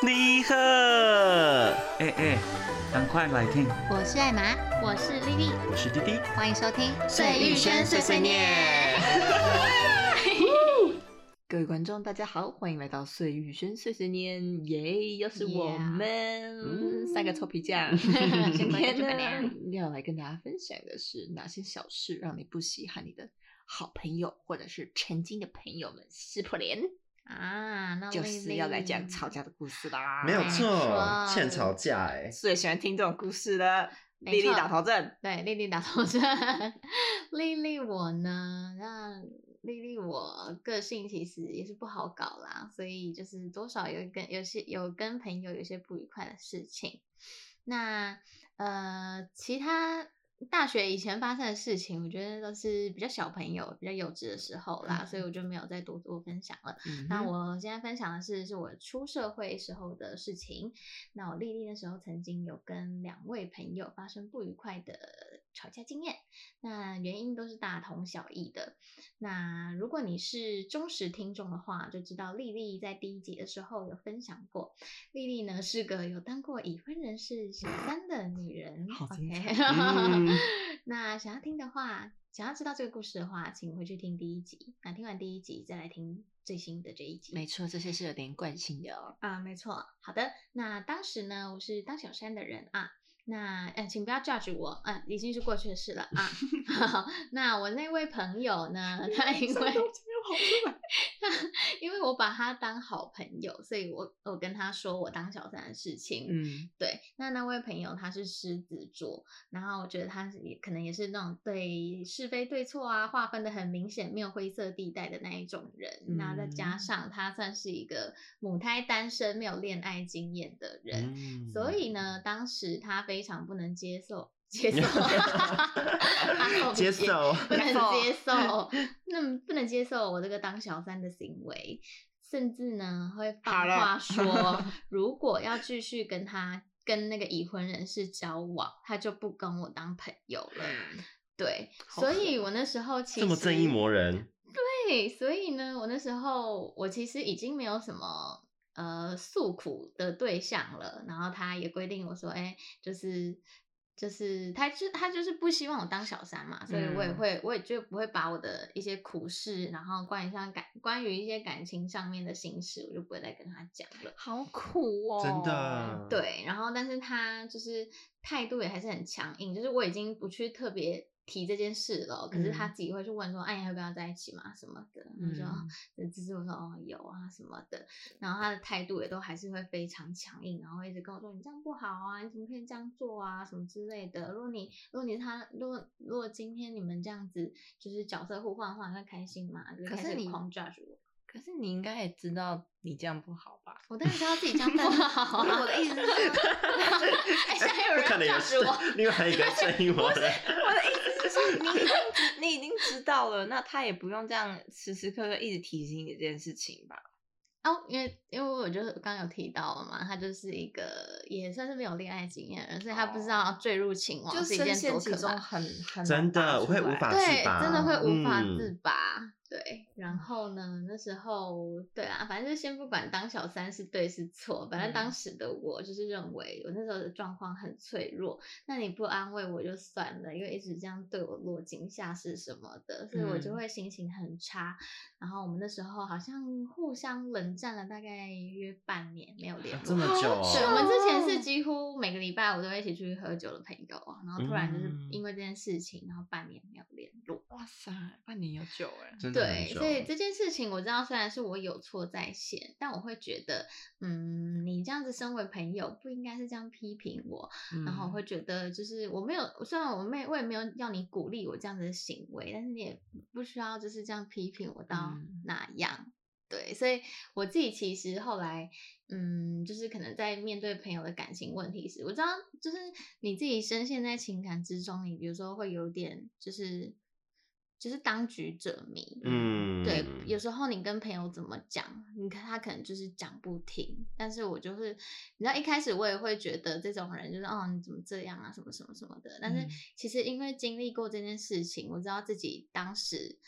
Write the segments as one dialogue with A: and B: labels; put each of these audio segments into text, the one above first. A: 你好，哎哎，赶快来听，
B: 我是艾玛，我是丽丽，
A: 我是滴滴。
B: 欢迎收听《
C: 碎玉轩碎碎念》。
D: 各位观众，大家好，欢迎来到碎玉轩碎碎念，耶！又是我
B: Yeah
D: 们嗯三个臭皮匠。今
B: 关
D: 天
B: 注本
D: 呢
B: 人，
D: 要来跟大家分享的是哪些小事让你不稀罕你的好朋友或者是曾经的朋友们撕破脸，
B: 啊，那
D: 就是要来讲吵架的故事啦。
C: 没有
B: 没
C: 错
B: 错，
C: 欠吵架哎、
D: 最喜欢听这种故事了。
B: 没
D: 丽丽
B: 错
D: 打头阵，
B: 对，丽丽打头阵。 丽丽我呢，那丽丽我个性其实也是不好搞啦，所以就是多少有跟有些有跟朋友有些不愉快的事情。那呃，其他大学以前发生的事情，我觉得都是比较小朋友、比较幼稚的时候
D: 嗯
B: 啦，所以我就没有再多做分享了。那我现在分享的是，是我出社会时候的事情。那我丽丽那时候曾经有跟两位朋友发生不愉快的吵架经验，那原因都是大同小异的。那如果你是忠实听众的话，就知道丽丽在第一集的时候有分享过，丽丽呢是个有当过已婚人士小三的女人。
D: 好精
B: OK
D: 彩
C: 嗯
B: 那想要听的话，想要知道这个故事的话，请回去听第一集。那听完第一集，再来听最新的这一集。
D: 没错，这些是有连贯性的 哦。
B: 啊，没错。好的，那当时呢，我是当小三的人啊。那呃，请不要 judge 我，啊，已经是过去的事了啊。好，那我那位朋友呢，他因为 因为我把他当好朋友，所以我我跟他说我当小三的事情，
D: 嗯，
B: 对，那那位朋友他是狮子座，然后我觉得他是也可能也是那种对是非对错啊划分的很明显，没有灰色地带的那一种人。那再加
D: 嗯
B: 上他算是一个母胎单身、没有恋爱经验的人，
C: 嗯
B: 所以 呢，当时他非常不能接受，接受，他不
C: 接受
B: 不能
D: 接受
B: 接受，那不能接受我这个当小三的行为，甚至呢会
D: 好
B: 放
D: 了
B: 话说，如果要继续跟他跟那个已婚人士交往，他就不跟我当朋友了。对，
D: 好
B: 所以我那时候其实
C: 嗯这么正义魔人，
B: 对，所以呢，我那时候我其实已经没有什么呃诉苦的对象了，然后他也规定我说，哎、就是。就是他就他就是不希望我当小三嘛，所以我也
D: 嗯
B: 会、我也就不会把我的一些苦事，然后关于像感关于一些感情上面的心事，我就不会再跟他讲了。
D: 好苦哦，
C: 真的，
B: 对，然后但是他就是态度也还是很强硬，就是我已经不去特别提这件事了，可是他
D: 嗯
B: 自己会去问说，哎、你要不要在一起嘛什么的，我说、
D: 嗯
B: 嗯、只是我说哦有啊什么的，然后他的态度也都还是会非常强硬，然后会一直跟我说你这样不好啊，你怎么可以这样做啊什么之类的，如果你如果你是他，如果如果今天你们这样子就是角色互换的话，你会开心吗？就是
D: 可
B: 开
D: 是
B: 始
D: 你
B: 狂 judge 我。
D: 可是你应该也知道你这样不好吧？
B: 我当然知道自己这 样不 好、啊。
D: 我的意思是
B: 哎，现在有
C: 不可
B: 人
C: 能有
B: 要 judge 我，
C: 另外一个正义魔人，
D: 我的意思是，你已经你已经知 道了，那他也不用这样时时刻刻一直提醒你这件事情吧？
B: 哦，因为因为我就是刚刚有提到了嘛，他就是一个也算是没有恋爱经验的人，所以他不知道坠入情网是一件多可怕，
D: 很很
C: 真的我会无法
B: 对，
C: 自拔，
B: 真的会无法自
C: 嗯
B: 拔。对，然后呢，那时候对啊，反正就先不管当小三是对是错，反正当
D: 嗯
B: 时的我就是认为我那时候的状况很脆弱，那你不安慰我就算了，因为一直这样对我落井下石什么的，所以我就
D: 嗯
B: 会心情很差。然后我们那时候好像互相冷战了大概约半年，没有联络。
C: 这么久哦，
B: 对，我们之前是
D: 哦
B: 几乎每个礼拜我都会一起出去喝酒的朋友啊，然后突然就是
C: 嗯
B: 因为这件事情，然后半年没有联络。
D: 哇塞，半年有久哎、
C: 真的很
B: 对，
C: 久
B: 所以这件事情我知道，虽然是我有错在先，但我会觉得，嗯，你这样子身为朋友不应该是这样批评我，
D: 嗯
B: 然后我会觉得就是我没有，虽然我没我也没有要你鼓励我这样子的行为，但是你也不需要就是这样批评我到
D: 嗯
B: 那样。对，所以我自己其实后来，嗯，就是可能在面对朋友的感情问题时，我知道，就是你自己深陷在情感之中，你有时候会有点就是就是当局者迷，
C: 嗯，
B: 对，有时候你跟朋友怎么讲，你看他可能就是讲不听，但是我就是，你知道一开始我也会觉得这种人就是哦你怎么这样啊什么什么什么的，但是
D: 嗯
B: 其实因为经历过这件事情，我知道自己当时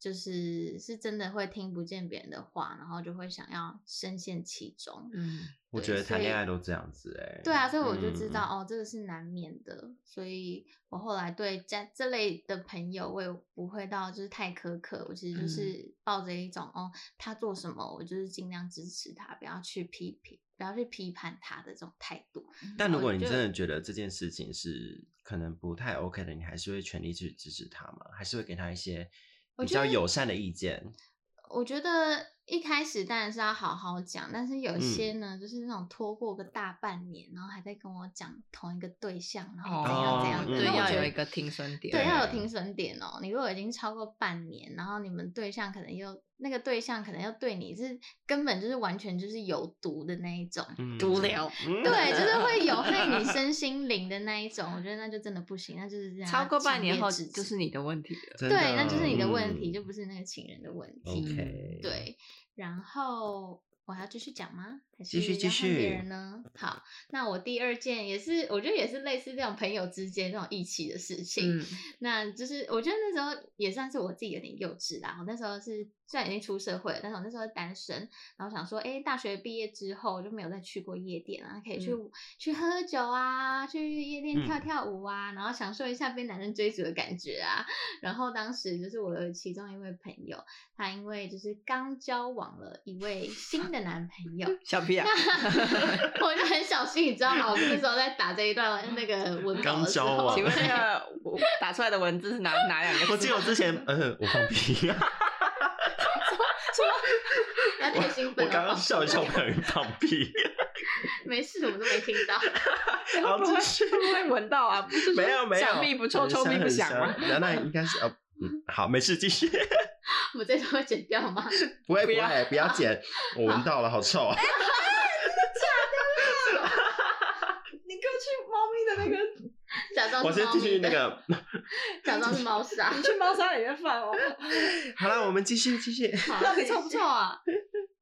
B: 就是是真的会听不见别人的话，然后就会想要深陷其中。
D: 嗯，
C: 我
B: 对
C: 觉得
B: 所
C: 谈恋
B: 以
C: 爱都这样子哎、
B: 对啊，所以我就知
C: 嗯
B: 道、哦，这个是难免的，所以我后来对这这类的朋友，我也不会到就是太苛刻，我其
C: 嗯
B: 实就是抱着一种、哦，他做什么，我就是尽量支持他，不要去批评，不要去批判他的这种态度。
C: 但如
B: 我
C: 果你
B: 就
C: 真的觉得这件事情是可能不太 OK 的，你还是会全力去支持他吗？还是会给他一些
B: 我
C: 比
B: 觉
C: 较
B: 得
C: 友善的意见？
B: 我觉得一开始当然是要好好讲，但是
C: 嗯
B: 有一些呢，就是那种拖过个大半年，然后还在跟我讲同一个对象，然后怎样怎样，
C: 哦
D: 对，
B: 那我
D: 嗯要
B: 觉
D: 有
B: 得
D: 一个停损点。
B: 对，要有
C: 对
B: 停损点哦。你如果已经超过半年，然后你们对象可能又那个对象可能又对你是根本就是完全就是有毒的那一种，
C: 嗯
D: 毒瘤，
B: 对，就是会 有害你身心灵的那一种。我觉得那就真的不行，那就是让
D: 超
B: 他
D: 过半
B: 强
D: 年
B: 烈
D: 后
B: 制止
D: 就是你的问题 了。
C: 对
B: 对，那就是你的问题，
C: 嗯
B: 就不是那个情人的问题。
C: OK，，
B: 对，然后我还要继续讲吗？还
C: 继续
B: 是
C: 继
B: 要换别
C: 续
B: 人呢？好，那我第二件也是，我觉得也是类似这种朋友之间这种义气的事情。
D: 嗯，
B: 那就是我觉得那时候也算是我自己有点幼稚啦。我那时候是虽然已经出社会了，但是我那时候单身，然后想说，哎，大学毕业之后就没有再去过夜店啊，可以去、去喝酒啊，去夜店跳
C: 嗯
B: 跳舞啊，然后享受一下被男人追逐的感觉啊。然后当时就是我有其中一位朋友，她因为就是刚交往了一位新的男朋友，
D: 小屁啊，
B: 我就很小心，你知道吗？我那时候在打这一段 那个文稿
C: 刚
B: 的时
C: 交
B: 候，
C: 往
D: 请问那 个我打出来的文字是哪哪两个字？
C: 哎我 记得我之前， 嗯，我放屁，
B: 那太兴
C: 我
B: 奋了。
C: 刚刚笑一笑，不小心放屁，
B: 没事，我都没听到。
C: 然后
D: 不会
C: 就是
D: 会不会闻到啊？不是说
C: 没有没有，
D: 小屁不臭，
C: 很
D: 臭屁
C: 香
D: 不
C: 很
D: 响吗
C: 香？那那应该是哦，嗯，好，没事，继续，
B: 我们这段会剪掉吗？
C: 不会
D: 不
C: 不
D: 要
C: 会，不要剪，我闻到了，好臭啊，
D: 你给我去猫咪的那个，
B: 假装
C: 啊我
B: 是
C: 先
B: 猫
C: 继续
B: 咪
C: 那
B: 的，
C: 个，
B: 假装是猫砂。
D: 你去猫砂里面放哦。
C: 好了，我们继续继续，
B: 好
D: 到底
B: 没
D: 臭不
B: 事
D: 臭啊？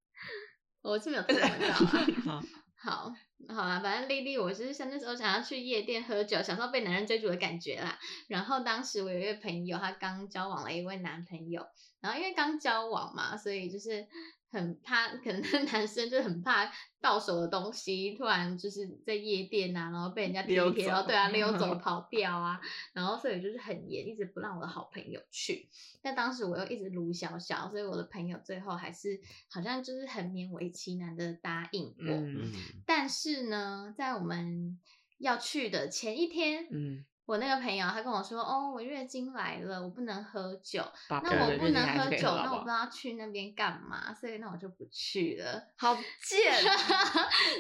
B: 我是没有听到啊。
D: 好，
B: 好，好啦，反正丽丽，我是像那时候想要去夜店喝酒，享受被男人追逐的感觉啦。然后当时我有一位朋友，她刚交往了一位男朋友，然后因为刚交往嘛，所以就是很怕，可能那男生就很怕到手的东西突然就是在夜店啊，然后被人家踢
D: 溜
B: 一踢，然后
D: 走
B: 对啊溜 走跑掉啊，然后所以就是很严，一直不让我的好朋友去。但当时我又一直卢小小，所以我的朋友最后还是好像就是很勉为其难的答应我。
D: 嗯
C: 嗯，
B: 但是呢，在我们要去的前一天，
D: 嗯，
B: 我那个朋友他跟我说：“哦，我月经来了，我不能喝酒。
D: 宝贝
B: 那我
D: 的
B: 不
D: 日记
B: 能
D: 还是
B: 喝
D: 可以
B: 酒，
D: 好
B: 那我不
D: 好
B: 知道去那边干嘛，所以那我就不去 了。”
D: 好贱，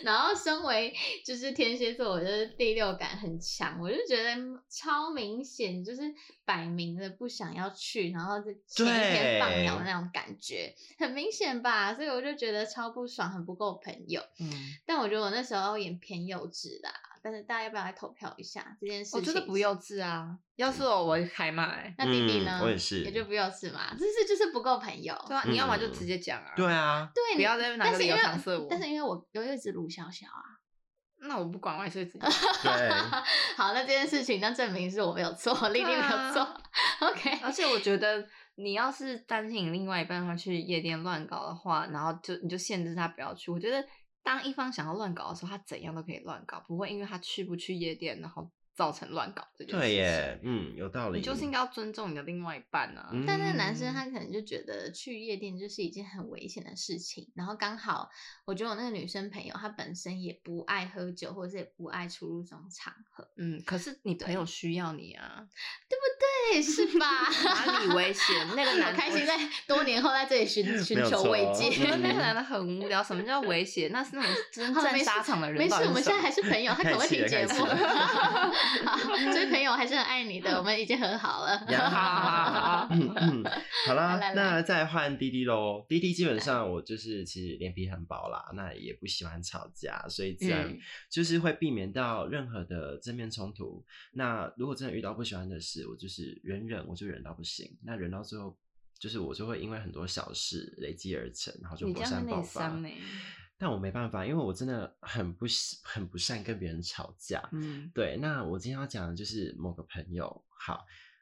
B: 然后，身为就是天蝎座，我就是第六感很强，我就觉得超明显，就是摆明了不想要去，然后在前一天放鸟的
C: 对
B: 那种感觉，很明显吧？所以我就觉得超不爽，很不够朋友。
D: 嗯，
B: 但我觉得我那时候也偏幼稚啦。但是大家要不要来投票一下这件事情？
D: 我觉哦得不幼。稚啊。要是我，我会开骂欸。
B: 那弟弟呢？
C: 嗯我也是
B: 也就不幼稚嘛。这是就是不够朋友。
D: 对啊，你要么就
C: 嗯
D: 直接讲啊。
C: 对啊，
B: 对，
D: 不
B: 你
D: 要在那边拿
B: 但
D: 个
B: 是
D: 理
B: 因
D: 由
B: 为
D: 搪塞我
B: 但是因为我我又一直鲁小小啊。
D: 那我不管，我还是会直 接。
C: 对。
B: 好，那这件事情那证明是我没有错，丽丽没
D: 啊
B: 有错。OK，
D: 而且我觉得，你要是担心你另外一半他去夜店乱搞的话，然后就你就限制他不要去。我觉得，当一方想要乱搞的时候，他怎样都可以乱搞，不会因为他去不去夜店，然后造成乱搞这件事情。
C: 对耶，嗯，有道理。
D: 你就是应该要尊重你的另外一半啊。
C: 嗯
B: 但那个男生他可能就觉得去夜店就是一件很危险的事情，然后刚好我觉得我那个女生朋友她本身也不爱喝酒，或者是也不爱出入这种场 合，
D: 嗯，可是你朋友需要你啊，
B: 对，是吧？
D: 哪里危险？ 那个
B: 好
D: 男
B: 开心 在多年后在这里寻 寻
C: 没有
B: 求
C: 错
B: 慰
D: 我觉
B: 藉。
D: 得 那个男的很无聊。什么叫危险？那是那种真
B: 好了，
D: 正
B: 没事
D: 沙场的人。
B: 没事，我们现在还
D: 是
B: 是朋友，他可能会听节目。
C: 太气了
B: 好，所以朋友还是很爱你的，我们已经和好了。
D: 什么好好好好好
C: 嗯嗯，好啦，
B: 来来来
C: 那再换滴滴喽。滴滴基本上我就是其实脸皮很薄啦，那也不喜欢吵架，所以自然
D: 嗯
C: 就是会避免到任何的正面冲突。那如果真的遇到不喜欢的事，我就是忍忍，我就忍到不行。那忍到最后，就是我就会因为很多小事累积而成，然后就
D: 你
C: 火
D: 这样
C: 山
D: 会内
C: 爆发。
D: 伤欸
C: 但我没办法，因为我真的很不喜很不善跟别人吵架。
D: 嗯
C: 对，那我今天要讲的就是某个朋友。好，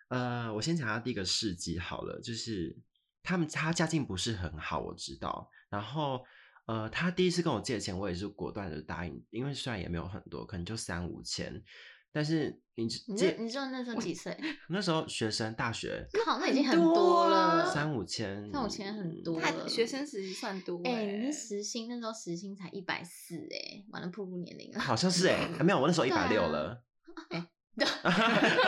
C: 呃，我先讲他第一个事迹好了，就是他们他家境不是很好，我知道。然后呃，他第一次跟我借钱，我也是果断的答应，因为虽然也没有很多，可能就三五千，但是你
B: 你
C: 借
B: 这你知道那时候几岁？
C: 那时候学生大学
B: 靠，那已经很
D: 多
B: 多
D: 啊
B: 了。
C: 三五千，
B: 哦
C: 嗯
B: 三五千很多
D: 他
B: 了
D: 嗯学生时期算多、欸，
B: 哎、你那时薪那时候时薪才一百四哎，完了暴露年龄了。
C: 好像是哎、欸，没有，我那时候一
B: 对
C: 百
B: 啊
C: 六了。
B: 对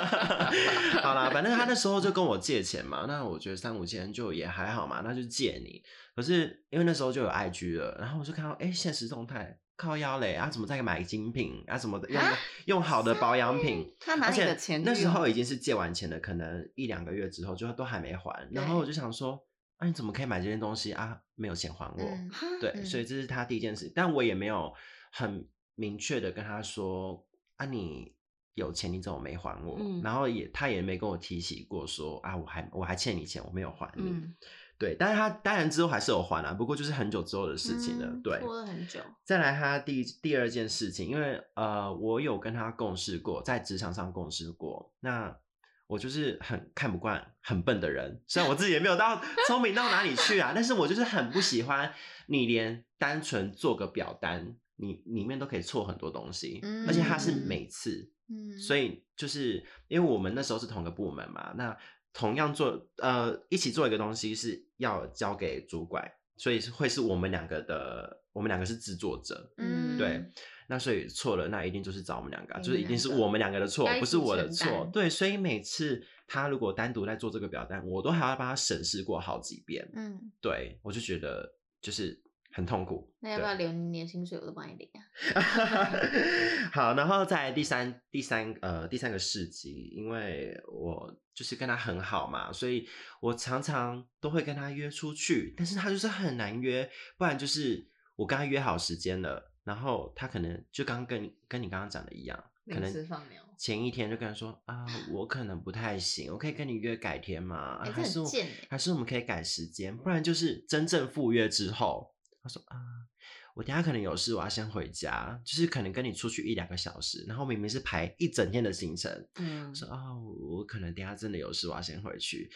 C: 好啦，反正他那时候就跟我借钱嘛，那我觉得三五千就也还好嘛，那就借你。可是因为那时候就有 IG 了，然后我就看到哎、诶现实动态靠腰嘞，啊怎么在买精品啊怎么的用
D: 啊
C: 用好的保养品，
D: 他拿
C: 而
D: 你的
C: 且
D: 钱去
C: 那时
D: 用
C: 候已经是借完钱的，可能一两个月之后就都还没还，然后我就想说啊你怎么可以买这件东西啊没有钱还我？
B: 嗯，
D: 哈
C: 对，所以
B: 嗯
C: 这是他第一件事，但我也没有很明确的跟他说啊，你有钱你怎么没还我？
D: 嗯
C: 然后也他也没跟我提起过说啊，我还我还欠你钱，我没有还你。
D: 嗯
C: 对，但是他当然之后还是有还啊，不过就是很久之后的事情了。
B: 嗯
C: 对，
B: 拖了很久。
C: 再来他第第二件事情，因为呃，我有跟他共事过，在职场上共事过，那。我就是很看不惯很笨的人，虽然我自己也没有 到聪明到哪里去啊，但是我就是很不喜欢你连单纯做个表单，你里面都可以错很多东西，
B: 嗯
C: 而且他是每次
B: 嗯，
C: 所以就是因为我们那时候是同个部门嘛，那同样做呃一起做一个东西是要交给主管，所以是会是我们两个的，我们两个是制作者，
B: 嗯，
C: 对，那所以错了，那一定就是找我们两个啊，
B: 我
C: 就是
B: 们
C: 一定是
B: 两个
C: 我们两个的错
B: 要，一
C: 不
B: 起
C: 是我的
B: 承
C: 错
B: 担。
C: 对，所以每次他如果单独在做这个表单，我都还要帮他审视过好几遍，
B: 嗯，
C: 对我就觉得就是很痛苦。
B: 那要不
C: 对
B: 要留你的薪水？我都帮你领啊。
C: 好，然后再来第三第三呃第三个市集，因为我就是跟他很好嘛，所以我常常都会跟他约出去，但是他就是很难约，不然就是我跟他约好时间了，然后他可能就刚跟你跟你刚刚讲的一样，可
D: 临时
C: 能
D: 放鸟，
C: 前一天就跟他说啊，我可能不太行，我可以跟你约改天吗？啊
B: 哎这
C: 还
B: 很
C: 是我
B: 贱欸
C: 还是我们可以改时间，不然就是真正赴约之后，他说啊。我等一下可能有事，我要先回家，就是可能跟你出去一两个小时，然后明明是排一整天的行程，
D: 嗯
C: 我，说啊、我我可能等一下真的有事，我要先回去。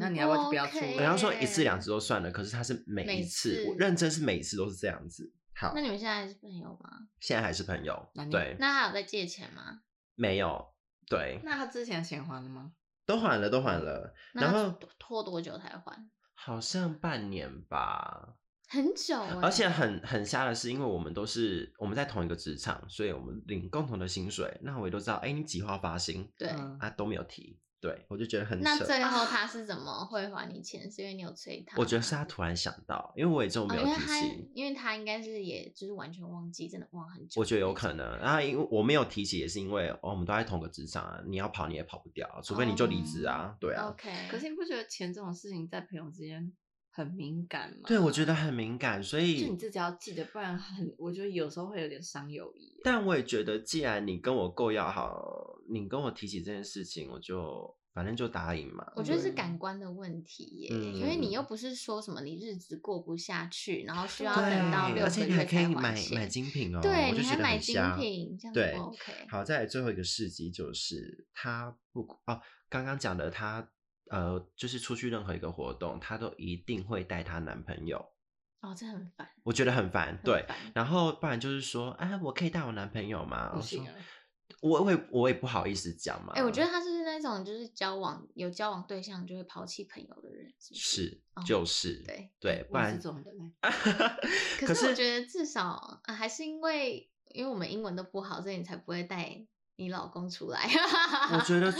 D: 那你要不要就不要出
C: 我要说
B: 耶
C: 一次两次都算了，可是他是每一
B: 每
C: 次，
B: 次
C: 我认真是每一次都是这样子。好
B: 那，你们现在还是朋友吗？
C: 现在还是朋友
D: 那，你
C: 对，
B: 那他有在借钱吗？
C: 没有，对，
D: 那他之前的钱还了吗？
C: 都还了，都还了，
B: 那
C: 然
B: 他
C: 后
B: 拖拖多久才还？
C: 好像半年吧，
B: 很久欸，
C: 而且很很瞎的是，因为我们都是我们在同一个职场，所以我们领共同的薪水，那我也都知道，哎、你几号发薪
B: 对。
D: 嗯
C: 啊都没有提，对我就觉得很
B: 那
C: 扯。
B: 最后他是怎么会还你钱？是因为你有催他吗？
C: 我觉得是他突然想到，因为我也就
B: 哦
C: 没有
B: 因为
C: 提
B: 他
C: 起，
B: 因为他应该是也就是完全忘记，真的忘很久。
C: 我觉得有可能。然后因为我没有提起，也是因为哦，我们都在同个职场啊，你要跑你也跑不掉啊，除非你就离职啊，对啊。
B: OK，
D: 可是你不觉得钱这种事情在朋友之间很敏感吗？
C: 对，我觉得很敏感，所以
D: 就你自己要记得，不然很，我觉得有时候会有点伤友谊。
C: 但我也觉得，既然你跟我够要好，你跟我提起这件事情，我就反正就答应嘛。
B: 我觉得是
D: 对
B: 感官的问题耶，
C: 嗯
B: 因为你又不是说什么你日子过不下去，然后需要
C: 对，
B: 等到六
C: 而
B: 个
C: 且你还
B: 月
C: 可以
B: 才还
C: 买买
B: 钱。
C: 精品哦，
B: 对
C: 我就
B: 你
C: 觉
B: 还
C: 得
B: 买
C: 很
B: 精
C: 瞎
B: 品这样子
C: 对
B: 不 OK
C: 好，再来最后一个事迹就是他不哦，刚刚讲的他呃，就是出去任何一个活动，她都一定会带她男朋友，
B: 哦，这很烦。
C: 我觉得很烦，对
B: 很。烦
C: 然后不然就是说，啊，我可以带我男朋友吗？
D: 不
C: 我
D: 行
C: 说
D: 啊，
C: 我我也我也不好意思讲嘛。
B: 哎、我觉得他就是那种就是交往有交往对象就会抛弃朋友的人，是不是？
C: 是
B: 哦
C: 就是
B: 对。
C: 对，不
D: 我也是
C: 然
D: 这种人欸。
B: 可是我觉得至少、啊、还是因为因为我们英文都不好，所以你才不会带你老公出来。
C: 我觉得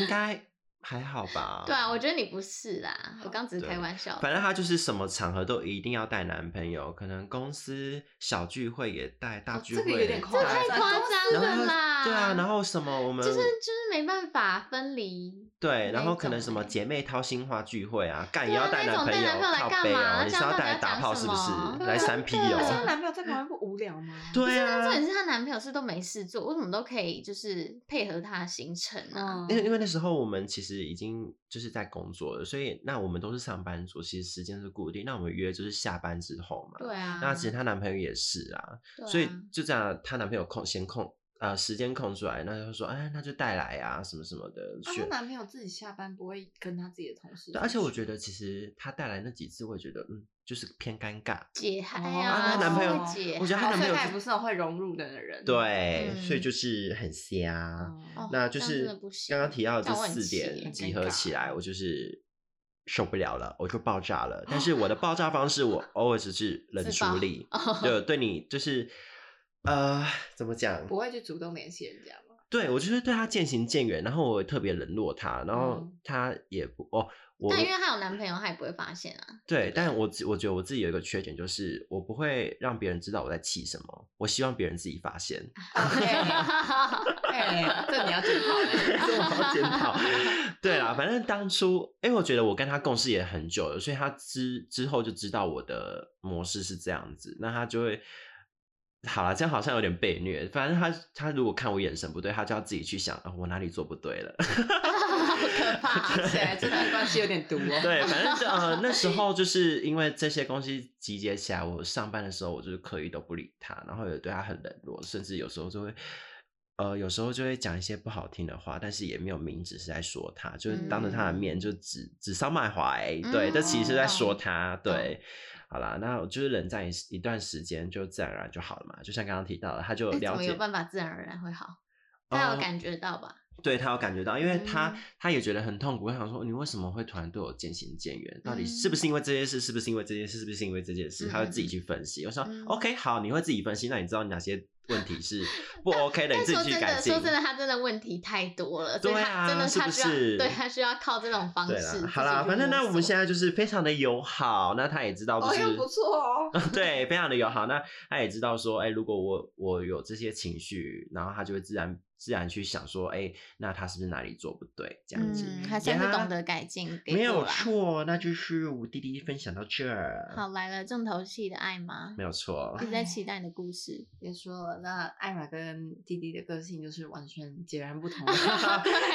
C: 应该还好吧
B: 。对啊，我觉得你不是啦，我刚只是开
C: 对
B: 玩笑的。
C: 反正她就是什么场合都一定要带男朋友，可能公司小聚会也带，大
D: 哦
C: 聚
D: 这个
C: 会
D: 有
C: 也带、
D: 点
B: 这太
D: 张
B: 夸张
C: 然后
B: 了啦！
C: 对啊，然后什么我们
B: 就是就是没办法分离。
C: 对，然
B: 那
C: 后
B: 一
C: 可能
B: 种
C: 什么
B: 欸
C: 姐妹掏心话聚会啊，干
B: 对
C: 也要
B: 啊
C: 带
B: 那种带
C: 友，
B: 男朋友来
C: 靠
B: 干
C: 背哦，
B: 嘛
C: 你
B: 这
C: 是
B: 样到底
C: 带
B: 要
C: 打
B: 讲
C: 炮
B: 什
C: 是不是
B: 么？ 啊
C: 来
B: 对
C: 三 P
B: 真
D: 可是
B: 的
D: 她
C: 哦，
D: 男朋友在旁边不无聊吗？
C: 对
B: 重
C: 啊
B: 点，是她男朋友是都没事做，为什么都可以就是配合她的行程啊？
D: 嗯，
C: 因为因为那时候我们其实已经就是在工作了，所以那我们都是上班族，其实时间是固定，那我们约就是下班之后嘛。
B: 对啊，
C: 那其实她男朋友也是啊，
B: 对啊
C: 所以就这样，她男朋友空闲空呃时间空出来，那就说哎，那就带来啊什么什么的
D: 啊，
C: 选
D: 她男朋友自己下班不会跟她自己的同事出去。
C: 对，而且我觉得其实她带来那几次，我也觉得嗯，就是偏尴尬。
B: 解嗨
D: 哦
B: 啊，
C: 她男朋友
B: 解
C: 我觉得她
D: 哦
C: 男朋
D: 所以
C: 友
D: 她
C: 就
D: 也不是很会融入的人。
C: 对，啊所以
B: 嗯
C: 就是很瞎。
D: 哦
B: 哦
C: 那就
B: 这样真
C: 是
B: 的不
C: 刚刚
B: 行
C: 提到
B: 这
C: 这
B: 样我很
C: 四
B: 气耶
C: 点
B: 很
C: 集
D: 尴
C: 合
D: 尬
C: 起来，我就是受不了了，我就爆炸了。但是我的爆炸方式， 我偶尔只是冷
B: 自
C: 处
B: 爆哦
C: 理，就对你就是呃，怎么讲？
D: 不会去主动联系人家吗？
C: 对我就是对他渐行渐远，然后我也特别冷落他，然后
D: 嗯
C: 他也不哦，我
B: 但
C: 我
B: 因为她有男朋友，她也不会发现啊。
C: 对，但我自我觉得我自己有一个缺点，就是我不会让别人知道我在气什么，我希望别人自己发现。
D: 哦哎，这你要检讨 欸。
C: 这我好检讨。 对啦，反正当初，因为我觉得我跟他共事也很久了，所以他之之后就知道我的模式是这样子，那他就会。好了，这样好像有点被虐。反正他他如果看我眼神不对，他就要自己去想，啊我哪里做不对了。
B: 好可 怕！啊
D: 听起来这段关系有点毒哦。
C: 对，反正就呃那时候就是因为这些东西集结起来，我上班的时候我就是刻意都不理他，然后也对他很冷落，甚至有时候就会呃有时候就会讲一些不好听的话，但是也没有明指是在说他，就是当着他的面
B: 嗯
C: 就指指桑骂槐，对，这其实是在说他，对。好啦，那我就是冷战一一段时间，就自然而然就好了嘛。就像刚刚提到的，他就
B: 哎怎
C: 了
B: 么
C: 解
B: 有，办法自然而然会好？她有
C: 呃
B: 感觉到吧？
C: 对他有感觉到，因为他、
B: 嗯
C: 他也觉得很痛苦，他想说你为什么会突然对我渐行渐远？到底是不是因为这件事？是不是因为这件事？是不是因为这件事？
B: 嗯
C: 他会自己去分析。我说、
B: 嗯
C: OK，好，你会自己分析，那你知道哪些问题 是不 OK 的，你
B: 但
C: 自
B: 说
C: 己去
B: 真
C: 改
B: 的，
C: 进
B: 说。真的，她真的问题太多了，所以
C: 对
B: 她
C: 啊
B: 真的
C: 是
B: 她
C: 不
B: 需要，
C: 是
B: 对她需要靠这种方
C: 对
B: 式。
C: 啦，好啦，反正那我们现
B: 在
C: 在就是非常的友好，那他也知道就
D: 哦
C: 是、
D: 又不错哦
C: 对，非常的友好。那他也知道说，哎、如果我我有这些情绪，然后他就会自然自然去想说，哎、那他是不是哪里做不对这样子？
B: 嗯，还算是
C: 呀
B: 懂得改进，给
C: 没
B: 过
C: 有
B: 啦。
C: 错，那就是我弟弟分享到这儿，
B: 好，来了，重头戏的爱吗？
C: 没有啊错
B: 一，直在期待你的 故事。
D: 也说了，那艾玛跟弟弟的个性就是完全截然不同。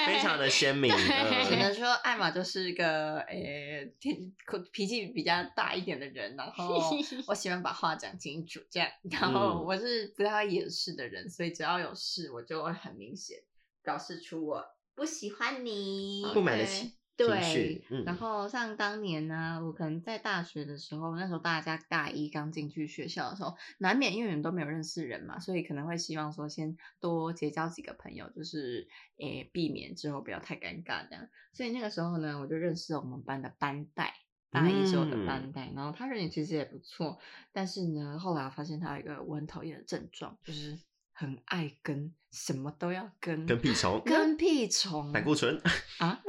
C: 非常 的鲜明，
D: 只
C: 嗯
D: 能说艾玛就是个诶、天脾气比较大一点的人，然 后我喜欢把话讲清楚，这样。然后
C: 嗯
D: 我是不太会掩饰的人，所以只要有事，我就会很明显表示出我不喜欢你，
C: 不满的
B: 对
C: 情情
D: 对
C: 绪，，嗯，
D: 然后像当年呢、我可能在大学的时候，那时候大家大一刚进去学校的时候，难免因为你们都没有认识人嘛，所以可能会希望说先多结交几个朋友，就是诶避免之后不要太尴尬这样。所以那个时候呢，我就认识了我们班的班带。大一时候的
C: 嗯
D: 班带，然后他人也其实也不错，但是呢，后来我发现他有一个我很讨厌的症状，就是很爱跟，什么都要跟，
C: 跟屁虫、
D: 跟屁虫，
C: 胆固醇，
D: 啊，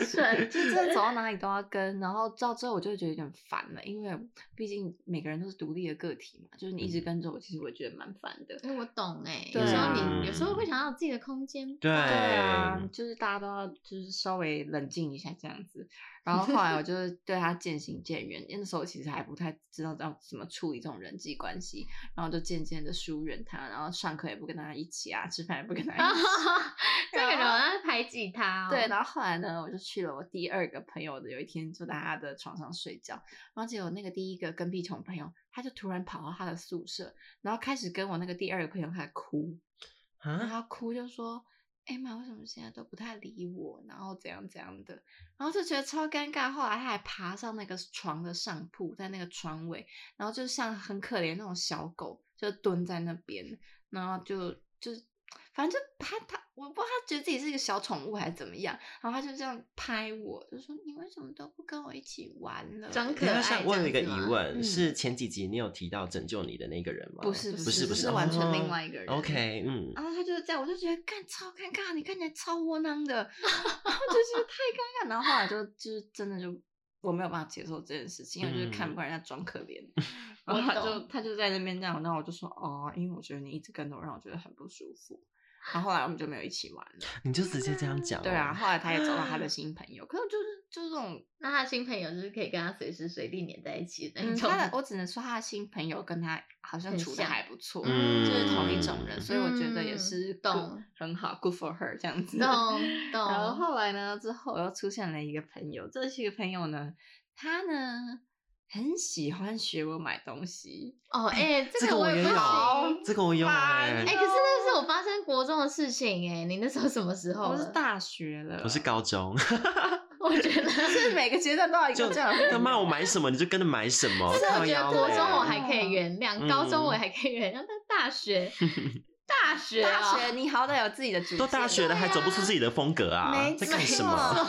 D: 是，就真的走到哪里都要跟，然后到最后我就会觉得有点烦了，因为毕竟每个人都是独立的个体嘛，就是你一直
C: 嗯
D: 跟着我，其实我觉得蛮烦的。
B: 因为我懂 哎、
D: 对
B: 有时候
D: 啊
B: 你有时候会想要有自己的空间。
C: 嗯 对
D: 对啊，就是大家都要就是稍微冷静一下这样子，然后后来我就是对他渐行渐远，因为那时候我其实还不太知道要怎么处理这种人际关系，然后就渐渐的疏远他，然后上课也不跟他一起啊，吃饭也不跟他一起，
B: 这个人好像在排挤他、哦。
D: 对，然后后来呢，我就去了我第二个朋友的，有一天就在他的床上睡觉，然后结果那个第一个跟屁虫朋友，他就突然跑到他的宿舍，然后开始跟我那个第二个朋友开始哭，然
C: 啊，
D: 后哭就说：“哎妈，为什么现在都不太理我？然后怎样怎样的？”然后就觉得超尴尬。后来他还爬上那个床的上铺，在那个床尾，然后就像很可怜那种小狗，就蹲在那边，然后就就反正就他他，我不知道他觉得自己是一个小宠物还是怎么样，然后他就这样拍我，就说：“你为什么都不跟我一起玩了？”
B: 装可
C: 等一
B: 爱
C: 下像我有一个
B: 这样
C: 疑
B: 子吗
C: 问，
D: 嗯
C: 是前几集你有提到拯救你的那个人吗？
D: 不是
C: 不
D: 不
C: 是
D: 是
C: 不
D: 是
C: 是，
D: 完全另
C: 哦
D: 外一个人。啊
C: OK，嗯，
D: 然后他就是这样，我就觉得干超尴尬，你看起来超窝囊的，然后就觉得太尴尬。然后后来就就是真的就我没有办法接受这件事情，因为就是看不惯人家装可怜。然后他就他就在那边这样，然后我就说哦，因为我觉得你一直跟着我，让我觉得很不舒服。然后后来我们就没有一起玩了。
C: 你就直接这样讲哦，
D: 对啊，后来他也找到他的新朋友，可是就是就是这种，
B: 那他新朋友就是可以跟他随时随地黏在一起的那
D: 嗯，
B: 种。
D: 他的我只能说他的新朋友跟他好像
B: 很
D: 处的
B: 像
D: 还不错，
C: 嗯
D: 就是同一种人，所以我觉得也
B: 嗯
D: 是 good-
B: 懂
D: 很好，good for her 这样子。
B: 懂懂。
D: 然后后来呢，之后又出现了一个朋友，这是一个朋友呢，他呢很喜欢学我买东西，
B: 哦，哎、
C: 这
B: 这
C: 个
B: 个
C: 我
B: 也
C: 也
B: 不
C: 有
B: 行。
D: 好哦
C: 这个我有
D: 烦
C: 哎
B: 哎、可是那是我有发生国中的事情哎、你那时候什么时候
D: 我
B: 了？
D: 是大学了，
C: 我是高 中，
B: 我觉得
D: 是每个阶段都要一
C: 就
D: 个这样。啊
C: 他骂我买什么你就跟着买什么，
B: 但是
C: 靠
B: 我觉
C: 腰欸
B: 得国
C: 嘞
B: 中我还
D: 哦
B: 可以原谅，
C: 嗯
B: 高中我还可以原谅，但大学， 大学、啊，
D: 大学你好歹有自己的主见，啊
C: 都大学了还走不出自己的风格啊
D: 没，
C: 在干
D: 错
C: 什么？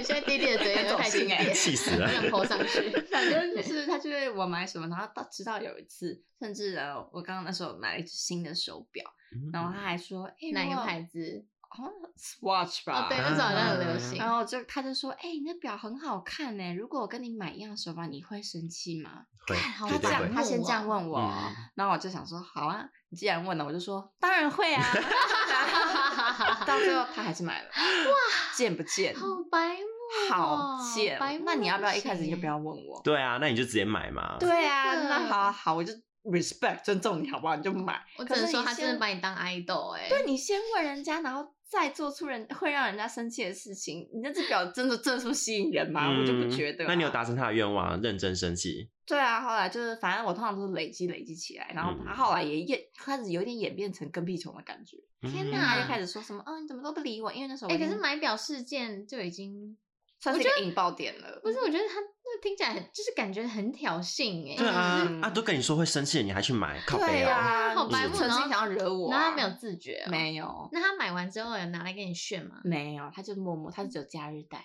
B: 现在弟弟的嘴有点太 经
D: 很走
B: 典，
C: 气死了
B: 不想泼上 去。
D: 反正就是他就会我买什么，然后到直到有一次，甚至呃，我刚刚那时候买了一只新的手表，
C: 嗯
D: 然后他还说，哎、
B: 哪嗯一个牌
D: 子？
B: 子？
D: 好像 Swatch 吧。
B: 哦，对，那时候好像很流
C: 对
B: 行
D: 然。 后就他就说，哎、你那表很好看呢，如果我跟你买一样手表，你会生气吗？
C: 对，
B: 好
C: 绝
D: 他
B: 对
C: 对
D: 这
B: 会
D: 样，
C: 会。
D: 他先这样问我，
C: 嗯
D: 然后我就想说，好啊，你既然问了，我就说当然 会啊。到最后他还是买了，哇，贱不 贱？
B: 好白目哦，
D: 好贱
B: 白目！
D: 那你要不要一开始就
B: 行
D: 不要？问我？
C: 对啊，那你就直接买嘛。
D: 对啊，
B: 真的
D: 那好啊好，我就 respect 尊重你好不好？你就买。
B: 我只
D: 可
B: 能
D: 是
B: 说
D: 你
B: 他真的
D: 先
B: 把你当 idol 哎、
D: 对你先问人家，然后再做出人会让人家生气的事情，你那只表真的这么吸引人吗？我就不
C: 嗯
D: 觉得啊、
C: 那你有达成他的愿望，认真生气，
D: 对啊，后来就是反正我通常都是累积累积起来，然后
C: 嗯
D: 他后来也演开始有点演变成跟屁虫的感觉，
C: 嗯
B: 天
D: 他
B: 哪
D: 就开始说什么，嗯，你怎么都不理我？因为那时候
B: 哎、
D: 我已
B: 可是
D: 经
B: 买表事件就已经
D: 算是一个引爆点了，
B: 不是，我觉得他那听起来很就是感觉很挑衅哎、
C: 对啊
D: 嗯，
C: 啊都跟你说会生气，你还去买，靠
D: 对
C: 背哦。
D: 啊，
B: 好
D: 你
B: 白
D: 是
B: 目
D: 存
B: 然
D: 心
B: 后
D: 想要惹我啊、
B: 然后他没有自觉、哦，
D: 没有
B: 那他买完之后有拿来给你炫吗？
D: 没有，他就默默，他就只有假日戴，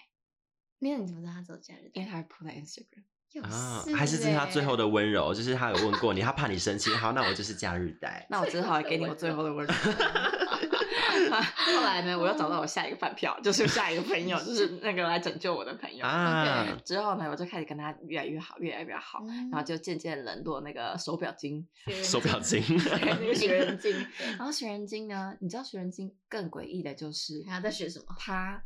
B: 没有，你怎么知道他走假日
D: 因
B: 带
D: 为？他会 p 在 Instagram。
B: 有
C: 哎啊
B: 事，
C: 还是这是他
B: 欸
C: 最后的温柔，就是他有问过你，他怕你生气，好，那我就是假日 带。
D: 那我只好给你我最后的 温柔。后来呢，我又找到我下一个饭票，就是下一个朋 友，就是那个来拯救我的朋友。
C: 啊，
D: 之后呢，我就开始跟他越来越好，越来越好，
B: 嗯
D: 然后就渐渐冷落那个手表精。
C: 手表 精，
D: 那个
B: 学
D: 学
B: 人
D: 人
B: 精，
D: 然后学人精呢，你知道学人精更诡异的就是
B: 他在学什么？
D: 他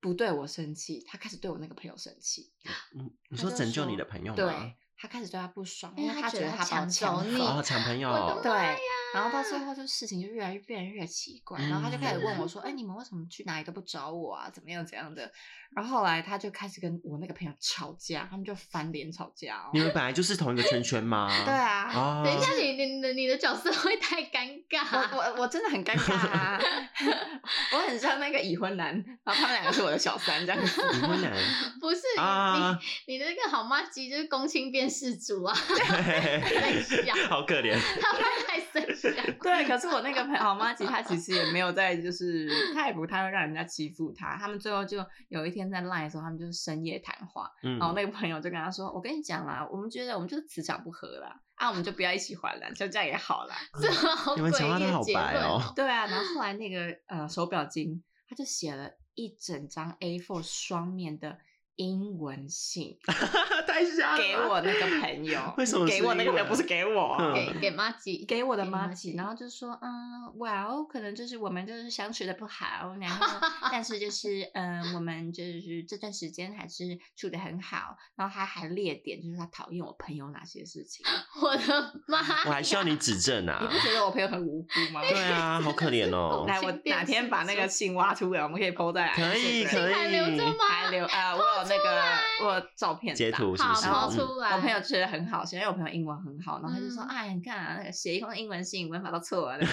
D: 不对我生气，他开始对我那个朋友生气，
C: 嗯你
D: 他
C: 说
D: 就
C: 拯救
D: 说
C: 你的朋友吗
D: 对？他开始对他不爽，
B: 因
D: 因
B: 为
D: 为
B: 他
D: 他
B: 觉
D: 觉得
B: 得
D: 他
B: 抢
D: 把我抢
B: 走你
D: 走
C: 哦，抢朋
B: 我的
C: 友，
D: 对
B: 妈呀，
D: 然后到最后就事情就越来越变得越奇怪，然后他就开始
C: 嗯
D: 问我说：“哎、你们为什么去哪里都不找我啊？怎么样怎样的？”然后后来他就开始跟我那个朋友吵架，他们就翻脸吵架哦
C: 你。们本来就是同一个圈圈吗？
D: 对啊，
C: 啊，哦
B: 等一下，你你的你的角色会太尴
D: 我
B: 尬。
D: 我我真的很尴尬、啊， 我很像那个已婚男，然后他们两个是我的小三这样子。
C: 你会难
B: 不是你、
C: 哦啊
B: 你你的那个好妈鸡就是公亲变世主啊，笑
C: 好可怜。
B: 他会 太生气啊了。
D: 对，可是我那个朋友妈吉，他其实也没有在，就是他也不太会让人家欺负他。他们最后就有一天在 LINE 的时候，他们就是深夜谈话，
C: 嗯
D: 然后那个朋友就跟他说：“我跟你讲啦，我们觉得我们就是磁场不合啦，啊，我们就不要一起还啦，就这样也好啦。
B: 这好
C: 你们讲话
B: 诡异
C: 都
B: 的
C: 好
B: 结
C: 白
B: 论。
C: 哦。
D: 对啊，然后后来那个呃手表精他就写了一整张 A4 双面的英文信
C: 太瞎了
D: 给我那个朋友，
C: 为什么是
D: 给我那
C: 英
D: 个朋友
C: 文
D: 不是给我？
C: 嗯
B: 给给妈鸡，
D: 给我的
B: 给
D: 妈
B: 妈
D: 吉，
B: 吉
D: 然后就说，嗯，哇哦，可能就是我们就是相处的不好，然 后但是就是，嗯，我们就是这段时间还是处的很好，然后他还列点，就是他讨厌我朋友哪些 事情，
B: 我的妈呀！
C: 我还需要你指正
D: 你
C: 啊
D: 不！觉得我朋友很无辜吗？
C: 对啊，好可怜哦。
D: 来，我
B: 请辨
D: 哪天
B: 识
D: 把那
B: 出
D: 个信挖出来，我们可以 PO 在
C: 可以
D: Instagram
C: 可以
B: 还留着吗？
D: 还留啊，我有那个我有照片
C: 截
D: 档
C: 图是
B: 好
C: 不是？
B: 抛
D: 抛
C: 嗯
B: 出来。
D: 我朋友觉得很好，因为我朋友英文很好，然后他就说：“
B: 嗯
D: 哎，你看啊，那个写一封英文信，文法都 错了。”
B: 你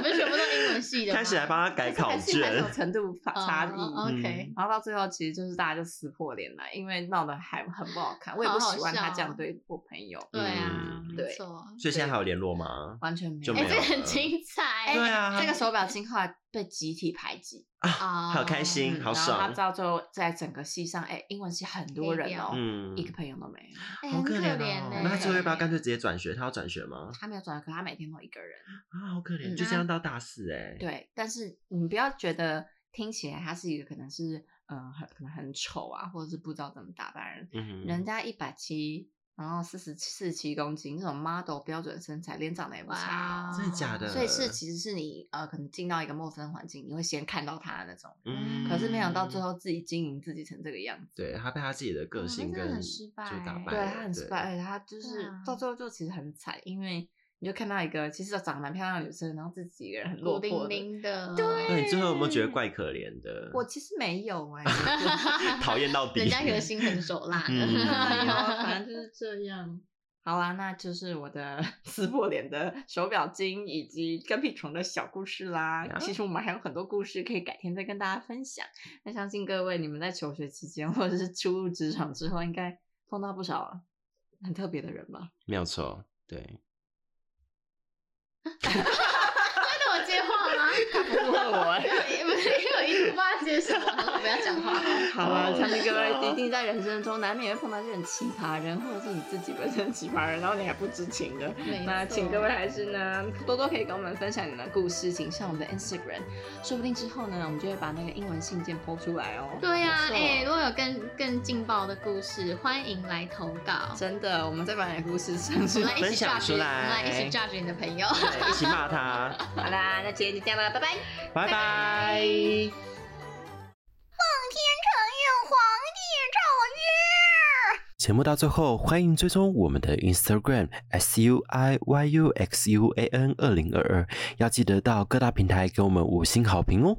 B: 们全部都英文系的吗，
C: 开始来帮他改
D: 可是
C: 考
D: 还是还是
C: 卷，
D: 有
C: 嗯
D: 程度差差异。
B: 哦，OK
D: 然后到最后，其实就是大家就撕破脸了，因为闹得还很不好看。我也
B: 好
D: 不
B: 好
D: 喜欢他这
B: 笑
D: 样对我朋友，
B: 对啊，
C: 嗯
B: 没
D: 对
B: 错，
C: 所以现在还有联络吗？
D: 完全没
C: 就
D: 有。
B: 哎，
C: 没
B: 这
C: 有
B: 个很
C: 了
B: 精彩，
D: 哎
C: 对啊
D: 这个手表星后来被集体排挤，
B: 啊，
C: 好开心
D: 嗯
C: 好
D: 然后他
C: 爽
D: 到最后在整个系上，哎，英文系很多人哦，
C: 嗯
D: 一，个朋友都没有。
B: 哎，
C: 好
B: 很
C: 可怜
B: 怜
C: 哦
B: 呢。。
C: 那他最后要不要干脆直接转学？他要转学吗？
D: 他没有转，可他每天都一个人。
C: 啊，好可怜，
D: 嗯
C: 就这
B: 啊
C: 样到大四哎。
D: 对，但是你不要觉得听起来他是一个可能是呃很可能很丑啊，或者是不知道怎么打扮的人，
C: 嗯
D: 人家一百七，然后四十四七公斤这种 model 标准身材，连长得也不差
B: 哇
D: 哦、
C: 真的假的？
D: 所以是其实是你呃可能进到一个陌生环境，你会先看到他的那种人。
C: 嗯，
D: 可是没想到最后哦自己经营自己成这个样子，
C: 对他被他自己的
B: 哇
C: 个性
B: 他真的
C: 跟
B: 很失
C: 就
B: 败
C: 打败了，
D: 对啊他很失败，而且他就是、
B: 啊
D: 到最后就其实很惨，因为你就看到一个其实长得蛮漂亮的女生，然后自己一个人很
B: 孤
D: 落魄
B: 零
D: 的。
B: 零的，
D: 对
C: 那你最后有没有 觉得怪可怜的？
D: 我其实没有哎、
C: 讨厌到底，
B: 人家可能心狠手辣
C: 嗯
D: 然后
B: 的，
D: 反正就是这样。好啦，那就是我的撕破脸的手表精以及跟屁虫的小故事啦。
C: 呀
D: 其实我们还有很多故事可以改天再跟大家分享。那相信各位你们在求学期间或者是初入职场之后，应该碰到不少很特别的人吧？
C: 没有错，对，
B: 那我接话吗？
D: 他不 问我欸
B: 不是，因为我一直不知道接什么，好不要讲话。
D: 好啊，
C: 好
D: 相信各位
C: 笑
D: 一定在人生中难免会碰到这种奇葩人，或者是你自己本身奇葩人，然后你还不知情的。
B: 没
D: 那
B: 错
D: 请各位还是呢，多多可以跟我们分享你们的故事，请上我们的 Instagram，说不定之后呢，我们就会把那个英文信件抛出来哦。
B: 对呀、
D: 没错
B: 哎、如果有更更劲爆的故事，欢迎来投稿。
D: 真的，我们再把你的故事上
B: 我
D: 去。
B: 们来一
C: 分
B: 起
C: 享
B: judge，
C: 出
B: 我们来
C: 来
B: 一起 judge 你的朋友。
C: 对一起骂他，
D: 好啦，那今天就这样了，拜拜。
C: 拜拜。
E: 节目到最后，欢迎追踪我们的 Instagram S U I Y U X U A N 二零二二，要记得到各大平台给我们五星好评哦。